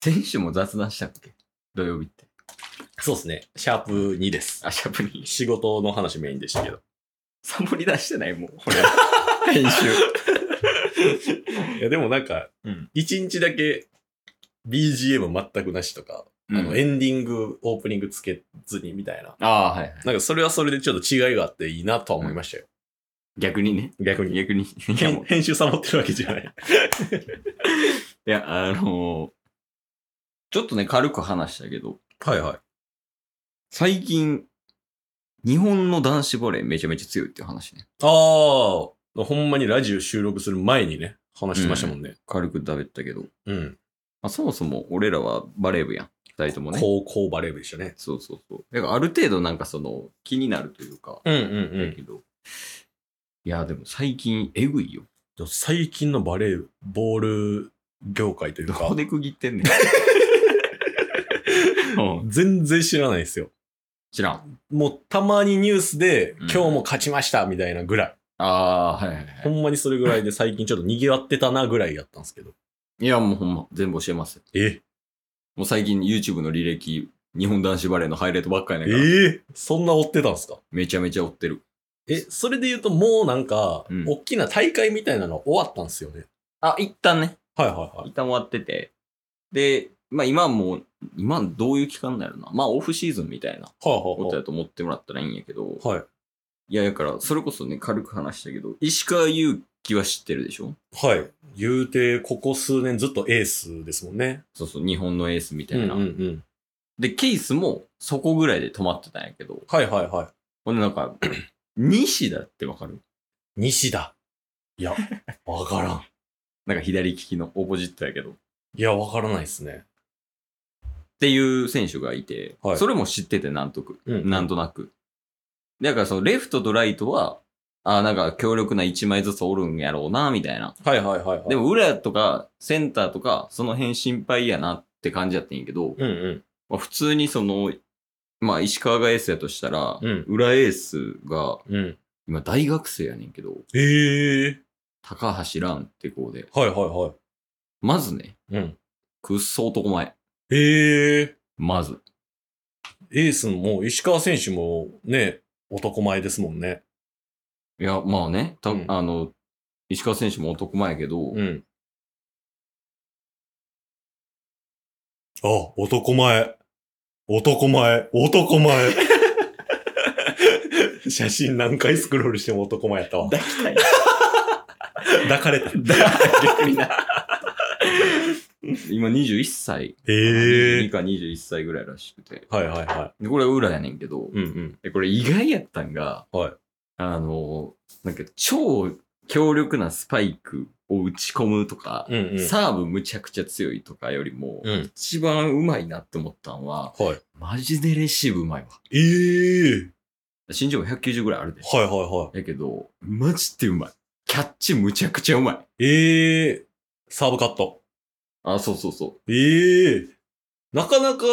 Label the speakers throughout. Speaker 1: 選手も雑談したっけ土曜日って。
Speaker 2: そうですね。シャープ2です。
Speaker 1: あ、シャープに。
Speaker 2: 仕事の話メインでしたけど。
Speaker 1: サボり出してないもう、これ。 編集。
Speaker 2: いや、でもなんか、
Speaker 1: うん。
Speaker 2: 1日だけ BGM 全くなしとか、あの、エンディング、オープニングつけずにみたいな。
Speaker 1: ああ、はい。
Speaker 2: なんかそれはそれでちょっと違いがあっていいなとは思いましたよ。
Speaker 1: 逆にね。
Speaker 2: 逆に。
Speaker 1: 逆に。いや、もう。
Speaker 2: 編集サボってるわけじゃない。
Speaker 1: いや、あのーちょっとね、軽く話したけど、
Speaker 2: はいはい。
Speaker 1: 最近、日本の男子バレーめちゃめちゃ強いっていう話ね。
Speaker 2: あー、ほんまにラジオ収録する前にね、話してましたもんね。
Speaker 1: 軽く食べたけど、ま
Speaker 2: うん。
Speaker 1: あ、そもそも俺らはバレー部やん。二人ともね。
Speaker 2: 高校バレー部でしたね。
Speaker 1: そうそうそう。だからある程度なんかその気になるというか、
Speaker 2: うんうん
Speaker 1: だけど、いや、でも最近えぐいよ。
Speaker 2: でも最近のバレーボール業界という
Speaker 1: ど
Speaker 2: か
Speaker 1: こ、で区切ってんねん。 うん、
Speaker 2: 全然知らないですよ。
Speaker 1: 知らん。
Speaker 2: もうたまにニュースで、
Speaker 1: うん
Speaker 2: 今日も勝ちましたみたいなぐらい。
Speaker 1: ああー、はいはいは
Speaker 2: ほんまにそれぐらい で最近ちょっと賑わってたなぐらいやったんですけど。
Speaker 1: い。いや、もうほんま、全部教えますよ。
Speaker 2: え
Speaker 1: もう最近 YouTube の履歴、日本男子バレーのハイライトばっかり
Speaker 2: え
Speaker 1: やねんから、
Speaker 2: そんな追ってたんですか
Speaker 1: めちゃめちゃ追ってる。
Speaker 2: え、それで言うともうなんか、
Speaker 1: うん
Speaker 2: 大きな大会みたいなの終わったんですよね。
Speaker 1: あ、一旦ね。
Speaker 2: はいはいはい。
Speaker 1: 一旦終わってて。で、まあ今はもう、今どういう期間だろうな。まあオフシーズンみたいなこと
Speaker 2: は
Speaker 1: やと思ってもらったらいいんやけど、
Speaker 2: いはいはい。はい。
Speaker 1: いや、だから、それこそね、軽く話したけど、石川祐希は知ってるでしょ
Speaker 2: はい。言うて、ここ数年ずっとエースですもんね。
Speaker 1: そうそう、日本のエースみたいな。
Speaker 2: うんうんうん。
Speaker 1: で、ケースもそこぐらいで止まってたんやけど、
Speaker 2: はいはいはい。
Speaker 1: ほんでなんか、 西田ってわかる
Speaker 2: 西田。い や、わからん。
Speaker 1: なんか左利きのオポジットやけど。っ
Speaker 2: いや、わからないですね。
Speaker 1: ていう選手がいて、
Speaker 2: はい
Speaker 1: それも知ってて、なんとく、
Speaker 2: うん
Speaker 1: なんとなく。だから、その、レフトとライトは、あーなんか強力な1枚ずつおるんやろうな、みたいな。
Speaker 2: はいはいはい、はい。
Speaker 1: で、も、裏とか、センターとか、その辺心配やなって感じやったんやけど、
Speaker 2: うんうん。
Speaker 1: まあ、普通にその、まあ、石川がエースやとしたら、
Speaker 2: うん
Speaker 1: 裏エースが、
Speaker 2: うん。
Speaker 1: 今大学生やねんけど、
Speaker 2: ええ
Speaker 1: 高橋蘭って子で、
Speaker 2: はいはいは
Speaker 1: まずね、
Speaker 2: い。うん。
Speaker 1: くっそ男前。
Speaker 2: ええ
Speaker 1: まず。
Speaker 2: エースも石川選手もね、男前ですもんね。
Speaker 1: いや、まあね、た
Speaker 2: うん
Speaker 1: あの、石川選手も男前やけど、
Speaker 2: ん。あ、男前。男前。男前。写真何回スクロールしても男前やったわ。
Speaker 1: 抱きたい。
Speaker 2: 抱かれた。
Speaker 1: 逆にな。 今21歳。
Speaker 2: え
Speaker 1: 22か21歳ぐらいらしくて。
Speaker 2: はいはいは
Speaker 1: でこれ裏やねんけど、
Speaker 2: い。うんうん。
Speaker 1: でこれ意外やったんが、
Speaker 2: はい
Speaker 1: あの、なんか超強力なスパイクを打ち込むとか、
Speaker 2: うんうん。
Speaker 1: サーブむちゃくちゃ強いとかよりも、
Speaker 2: うん。
Speaker 1: 一番うまいなって思ったんは、
Speaker 2: はい。
Speaker 1: マジでレシーブうまいわ。
Speaker 2: ええ
Speaker 1: 身長も190ぐらいあるで。
Speaker 2: はいはいは
Speaker 1: やけど、マジでうまい。キャッチむちゃくちゃうまい。
Speaker 2: い。ええサーブカット。
Speaker 1: あ、そうそうそう。
Speaker 2: ええなかなか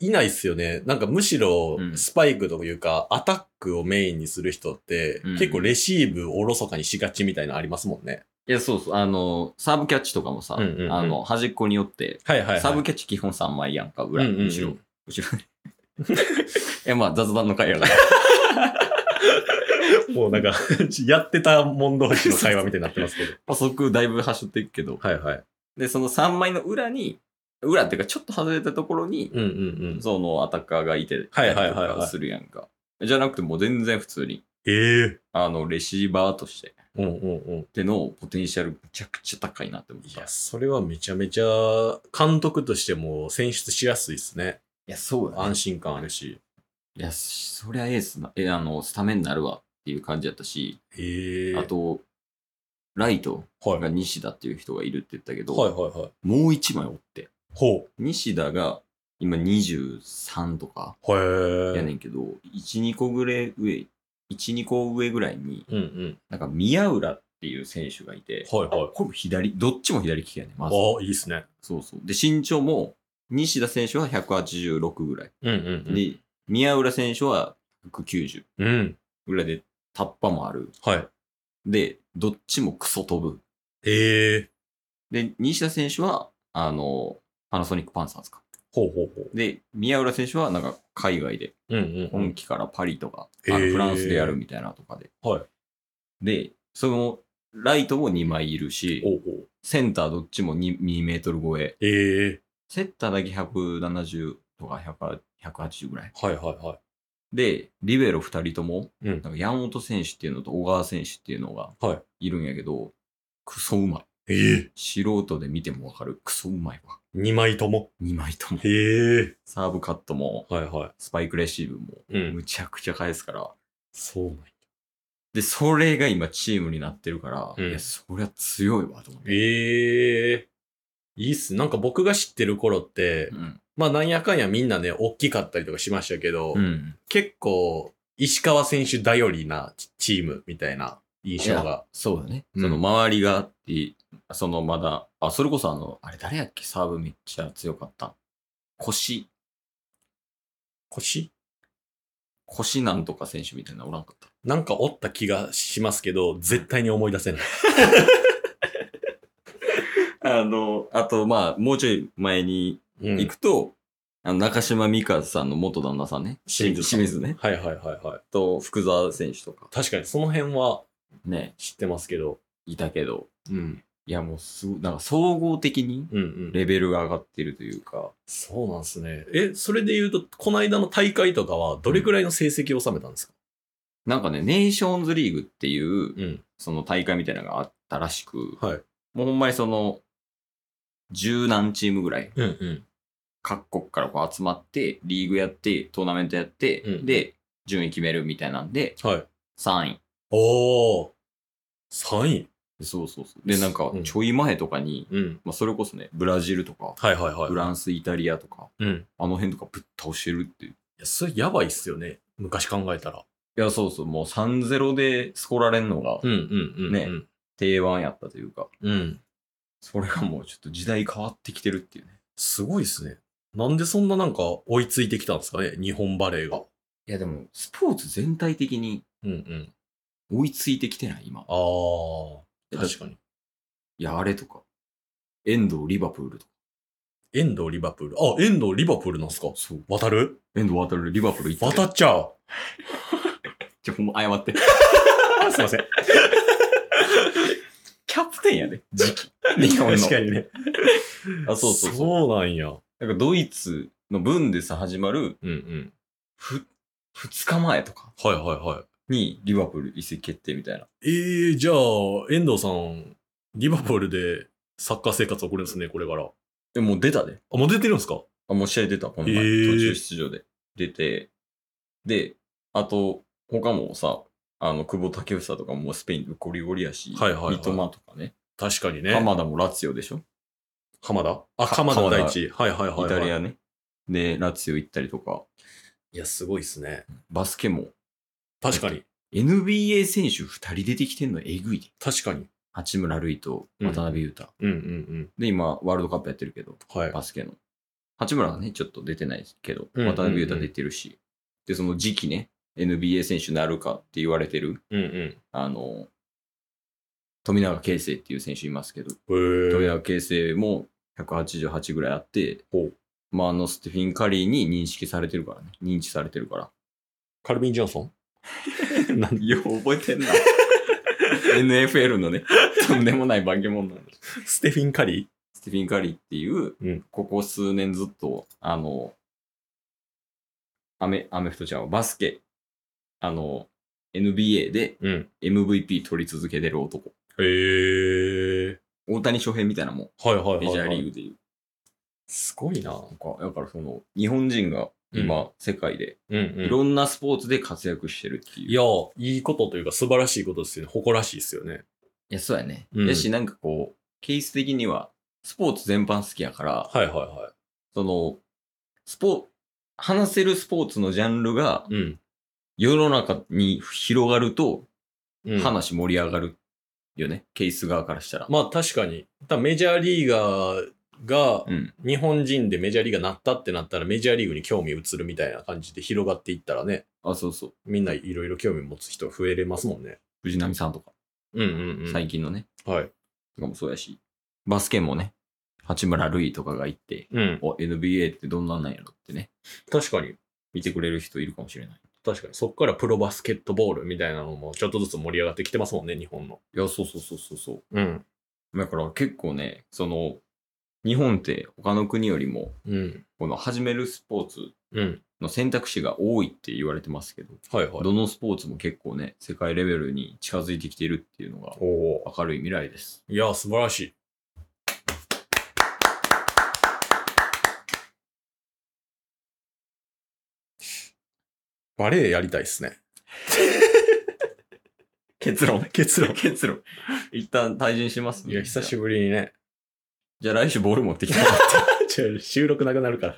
Speaker 2: いないっすよね。なんかむしろ
Speaker 1: うん
Speaker 2: スパイクというか、アタックをメインにする人って、
Speaker 1: うん
Speaker 2: 結構レシーブおろそかにしがちみたいなのありますもんね。
Speaker 1: いや、そうそう。あの、サーブキャッチとかもさ、
Speaker 2: うんうんうん
Speaker 1: あの、端っこによって、
Speaker 2: はいはい、
Speaker 1: サーブキャッチ基本3枚やんか、裏、
Speaker 2: うんうんうん
Speaker 1: 後ろ、後ろ。い や、まあ雑談の回やから。
Speaker 2: もうなんか、 やってたもん同士の会話みたいになってますけど。
Speaker 1: 補足だいぶ端折っていくけど。
Speaker 2: はいはい。
Speaker 1: で、その3枚の裏に、裏っていうかちょっと外れたところに、
Speaker 2: うんうんうん。
Speaker 1: そのアタッカーがいて、
Speaker 2: はいはいはいはい
Speaker 1: とかするやんか。じゃなくてもう全然普通に、
Speaker 2: ええ
Speaker 1: あの、レシーバーとして、
Speaker 2: うんうんうん。
Speaker 1: でのポテンシャルむちゃくちゃ高いなって思っ
Speaker 2: い
Speaker 1: た。
Speaker 2: や、それはめちゃめちゃ、監督としても選出しやすいっすね。
Speaker 1: や、そうやね。
Speaker 2: 安心感あるし。
Speaker 1: いや、そりゃエースな、え、あの、スタメンになるわっていう感じやったし、
Speaker 2: ええ
Speaker 1: あと、ライト
Speaker 2: はい。は
Speaker 1: が
Speaker 2: い
Speaker 1: 西田っていう人がいるって言ったけど、
Speaker 2: はいはい。
Speaker 1: もう一枚おって。
Speaker 2: ほ
Speaker 1: 西田が今23とか
Speaker 2: う。へえ。
Speaker 1: やねんけど、1、2個ぐらい上、1、2個上ぐらいに、
Speaker 2: うんうん。
Speaker 1: なんか宮浦っていう選手がいて、
Speaker 2: はいはい。
Speaker 1: これも左、どっちも左利きやねん、まず。
Speaker 2: ああ、いいっすね。
Speaker 1: そうそう。で、身長も、西田選手は186ぐらい。
Speaker 2: うんうん
Speaker 1: で、宮浦選手は190
Speaker 2: うん。うん。
Speaker 1: ぐらいで、タッパもある。
Speaker 2: はい。
Speaker 1: で、どっちもクソ飛ぶ。
Speaker 2: ええ
Speaker 1: で、西田選手は、あの、パナソニックパンサーズか。
Speaker 2: ほうほうほう。
Speaker 1: で、宮浦選手はなんか海外で、
Speaker 2: うんうん
Speaker 1: 今季からパリとか、あ
Speaker 2: へ
Speaker 1: の
Speaker 2: ー
Speaker 1: フランスでやるみたいなとかで。
Speaker 2: はい
Speaker 1: で、その、ライトも2枚いるし、
Speaker 2: ほうほう。
Speaker 1: センターどっちも 2, 2メートル超え。
Speaker 2: ええ
Speaker 1: セッターだけ170とか100 180ぐらい。
Speaker 2: はいはいは
Speaker 1: で、リベロ2人とも、
Speaker 2: うん
Speaker 1: なんか山本選手っていうのと小川選手っていうのが
Speaker 2: はい
Speaker 1: るんやけど、クソうまい。
Speaker 2: い。ええ
Speaker 1: 素人で見てもわかる。クソうまいわ。
Speaker 2: 二枚とも。
Speaker 1: 2枚とも。
Speaker 2: ええ
Speaker 1: サーブカットも、
Speaker 2: はいは
Speaker 1: スパイクレシーブも、
Speaker 2: い。うん。
Speaker 1: むちゃくちゃ返すから。
Speaker 2: そうなんや
Speaker 1: で、それが今チームになってるから、
Speaker 2: うん
Speaker 1: いや、そりゃ強いわ、と思って。
Speaker 2: ええいいっす。なんか僕が知ってる頃って、
Speaker 1: うん。
Speaker 2: まあなんやかんやみんなね、大きかったりとかしましたけど、
Speaker 1: うん。
Speaker 2: 結構、石川選手頼りなチチームみたいな印象
Speaker 1: いや
Speaker 2: が。
Speaker 1: そうだね。
Speaker 2: うん
Speaker 1: その周りがあって、そのまだ、あ、それこそあの、あれ誰やっけサーブめっちゃ強かった。腰、
Speaker 2: 腰
Speaker 1: 腰なんとか選手みたいなのおらんかった。
Speaker 2: なんかおった気がしますけど、絶対に思い出せない。
Speaker 1: あの、あと、まあ、もうちょい前に
Speaker 2: うん
Speaker 1: 行くと、あの中島美香さんの元旦那さんね。
Speaker 2: 清水さん
Speaker 1: 清水ね。
Speaker 2: はいはいはいはい。
Speaker 1: と、福沢選手とか
Speaker 2: 確かにその辺は
Speaker 1: ね、
Speaker 2: 知ってますけど。
Speaker 1: いたけど、
Speaker 2: うん。
Speaker 1: いや、もうすごい、なんか総合的に
Speaker 2: うんうん。
Speaker 1: レベルが上がってるというか、
Speaker 2: そうなんですね。え、それで言うと、この間の大会とかは、どれくらいの成績を収めたんですか
Speaker 1: なんかね、ネーションズリーグっていう、
Speaker 2: うん。
Speaker 1: その大会みたいなのがあったらしく、
Speaker 2: はい。
Speaker 1: もうほんまにその、十何チームぐらい、
Speaker 2: うんうん。
Speaker 1: 各国からこう集まって、リーグやって、トーナメントやって、
Speaker 2: うん
Speaker 1: で、順位決めるみたいなんで、
Speaker 2: はい。
Speaker 1: 3位。
Speaker 2: おー。3位。
Speaker 1: そうそうそう。で、なんか
Speaker 2: う、ん
Speaker 1: ちょい前とかに、
Speaker 2: うん。
Speaker 1: まあ、それこそね、ブラジルとか、
Speaker 2: はいはいはい。
Speaker 1: フランス、イタリアとか、
Speaker 2: うん。い
Speaker 1: あの辺とかぶっ倒してるっていう。
Speaker 2: や、それやばいっすよね。昔考えたら。
Speaker 1: いや、そうそう、もう3-0でスコられんのが
Speaker 2: んうんうん
Speaker 1: ね定番やったというか、
Speaker 2: うん。
Speaker 1: それがもうちょっと時代変わってきてるっていうね。
Speaker 2: すごいっすね。なんでそんななんか追いついてきたんですかね日本バレーが。
Speaker 1: いや、でも、スポーツ全体的に
Speaker 2: うんうん。
Speaker 1: 追いついてきてない、今。
Speaker 2: あー。確
Speaker 1: か
Speaker 2: かに。
Speaker 1: いや、あれとか。遠藤リバプールとか。
Speaker 2: 遠藤リバプール。あ、遠藤リバプールなんすか
Speaker 1: そう。
Speaker 2: 渡る
Speaker 1: 遠藤渡るリバプール行ったけど。
Speaker 2: 渡っちゃう。
Speaker 1: ちょ、ほんま謝って。
Speaker 2: あ すいません。
Speaker 1: キャプテンやで、時期。 日本の。
Speaker 2: 確かにね。
Speaker 1: あ、そうそうそう。
Speaker 2: そうなんや。
Speaker 1: なんかドイツの分でさ、始まる、
Speaker 2: うんうん。
Speaker 1: ふ、二日前とか
Speaker 2: はいはいは
Speaker 1: にリバプール移籍決定みたいな。
Speaker 2: い。ええー、じゃあ、遠藤さん、リバプールでサッカー生活送るんですね、これから。あ、
Speaker 1: でもう出たで。
Speaker 2: もう出てるんですか
Speaker 1: あ、もう試合出た、この前。
Speaker 2: へー
Speaker 1: 途中出場で。出て。で、あと、他もさ、あの、久保建英とかもスペインでゴリゴリやし、
Speaker 2: はいはいはい
Speaker 1: 三笘とかね。
Speaker 2: 確かにね。
Speaker 1: 鎌田もラツィオでしょ
Speaker 2: 浜田あ、
Speaker 1: か
Speaker 2: 鎌田
Speaker 1: 鎌田
Speaker 2: 大地。はいはいはい、はい。
Speaker 1: イタリアね。で、ラツィオ行ったりとか、
Speaker 2: いや、すごいですね。
Speaker 1: バスケも、
Speaker 2: 確かに。
Speaker 1: NBA 選手2人出てきてんのえぐいで。
Speaker 2: 確かに。
Speaker 1: 八村塁と渡辺裕太、
Speaker 2: うんうん
Speaker 1: で、今、ワールドカップやってるけど、
Speaker 2: うん。はい。
Speaker 1: バスケの。八村はね、ちょっと出てないけど、
Speaker 2: うんうんうん
Speaker 1: 渡辺裕太出てるし、で、その時期ね、NBA 選手になるかって言われてる、
Speaker 2: うんうん。
Speaker 1: あの、富永啓生っていう選手いますけど、
Speaker 2: えー
Speaker 1: 富永啓生も188ぐらいあって
Speaker 2: ほう、
Speaker 1: まあ、あの、ステフィン・カリーに認識されてるからね。認知されてるから。
Speaker 2: カルビン・ジョンソン なん
Speaker 1: よう覚えてん な。NFL のね、とんでもない化け物なんです。
Speaker 2: ステフィン・カリー
Speaker 1: スティフィン・カリーっていう、
Speaker 2: うん
Speaker 1: ここ数年ずっと、あの、アメ、アメフトちゃんはバスケ、あの、NBA で
Speaker 2: うん。
Speaker 1: MVP 取り続けてる男。
Speaker 2: えー。
Speaker 1: 大谷翔平みたいなもん。
Speaker 2: はいはいはい、はい。
Speaker 1: メジャーリーグでいう。
Speaker 2: すごいな。
Speaker 1: なんかだからその、日本人が今、世界で、
Speaker 2: うんうん
Speaker 1: いろんなスポーツで活躍してるっていう。
Speaker 2: いや、いいことというか素晴らしいことですよね。誇らしいですよね。
Speaker 1: いやそうやね。
Speaker 2: うん
Speaker 1: やし、なんかこう、ケース的には、スポーツ全般好きやから、
Speaker 2: はいはいは
Speaker 1: その、スポ、話せるスポーツのジャンルが
Speaker 2: い。うん。
Speaker 1: 世の中に広がると
Speaker 2: うん、
Speaker 1: 話盛り上がるよね。ケース側からしたら。
Speaker 2: まあ確かに。だメジャーリーガーが
Speaker 1: うん。
Speaker 2: 日本人でメジャーリーガーなったってなったらメジャーリーグに興味移るみたいな感じで広がっていったらね、
Speaker 1: あ、そうそう。
Speaker 2: みんないろいろ興味持つ人増えれますもんね。
Speaker 1: 藤波さんとか、
Speaker 2: うんうんうん。
Speaker 1: 最近のね、
Speaker 2: はい。
Speaker 1: とかもそうやし。バスケもね、八村塁とかが行って、
Speaker 2: うん。
Speaker 1: お、NBA ってどんなんなんやろってね、
Speaker 2: 確かに、
Speaker 1: 見てくれる人いるかもしれない。
Speaker 2: 確かに。そっからプロバスケットボールみたいなのもちょっとずつ盛り上がってきてますもんね、日本の。
Speaker 1: いや、そうそうそうそうそう。
Speaker 2: うん。
Speaker 1: だから結構ね、その、日本って他の国よりも、
Speaker 2: うん。
Speaker 1: この始めるスポーツ
Speaker 2: うん。
Speaker 1: の選択肢が多いって言われてますけど、
Speaker 2: はいはい。
Speaker 1: どのスポーツも結構ね、世界レベルに近づいてきているっていうのが
Speaker 2: おお
Speaker 1: 明るい未来です。
Speaker 2: ー。いや、素晴らしい。バレエやりたいっすね。
Speaker 1: 結論結論 結論。一旦退陣します
Speaker 2: いや、久しぶりにね。
Speaker 1: じゃあ来週ボール持ってきて。
Speaker 2: 収録なくなるから。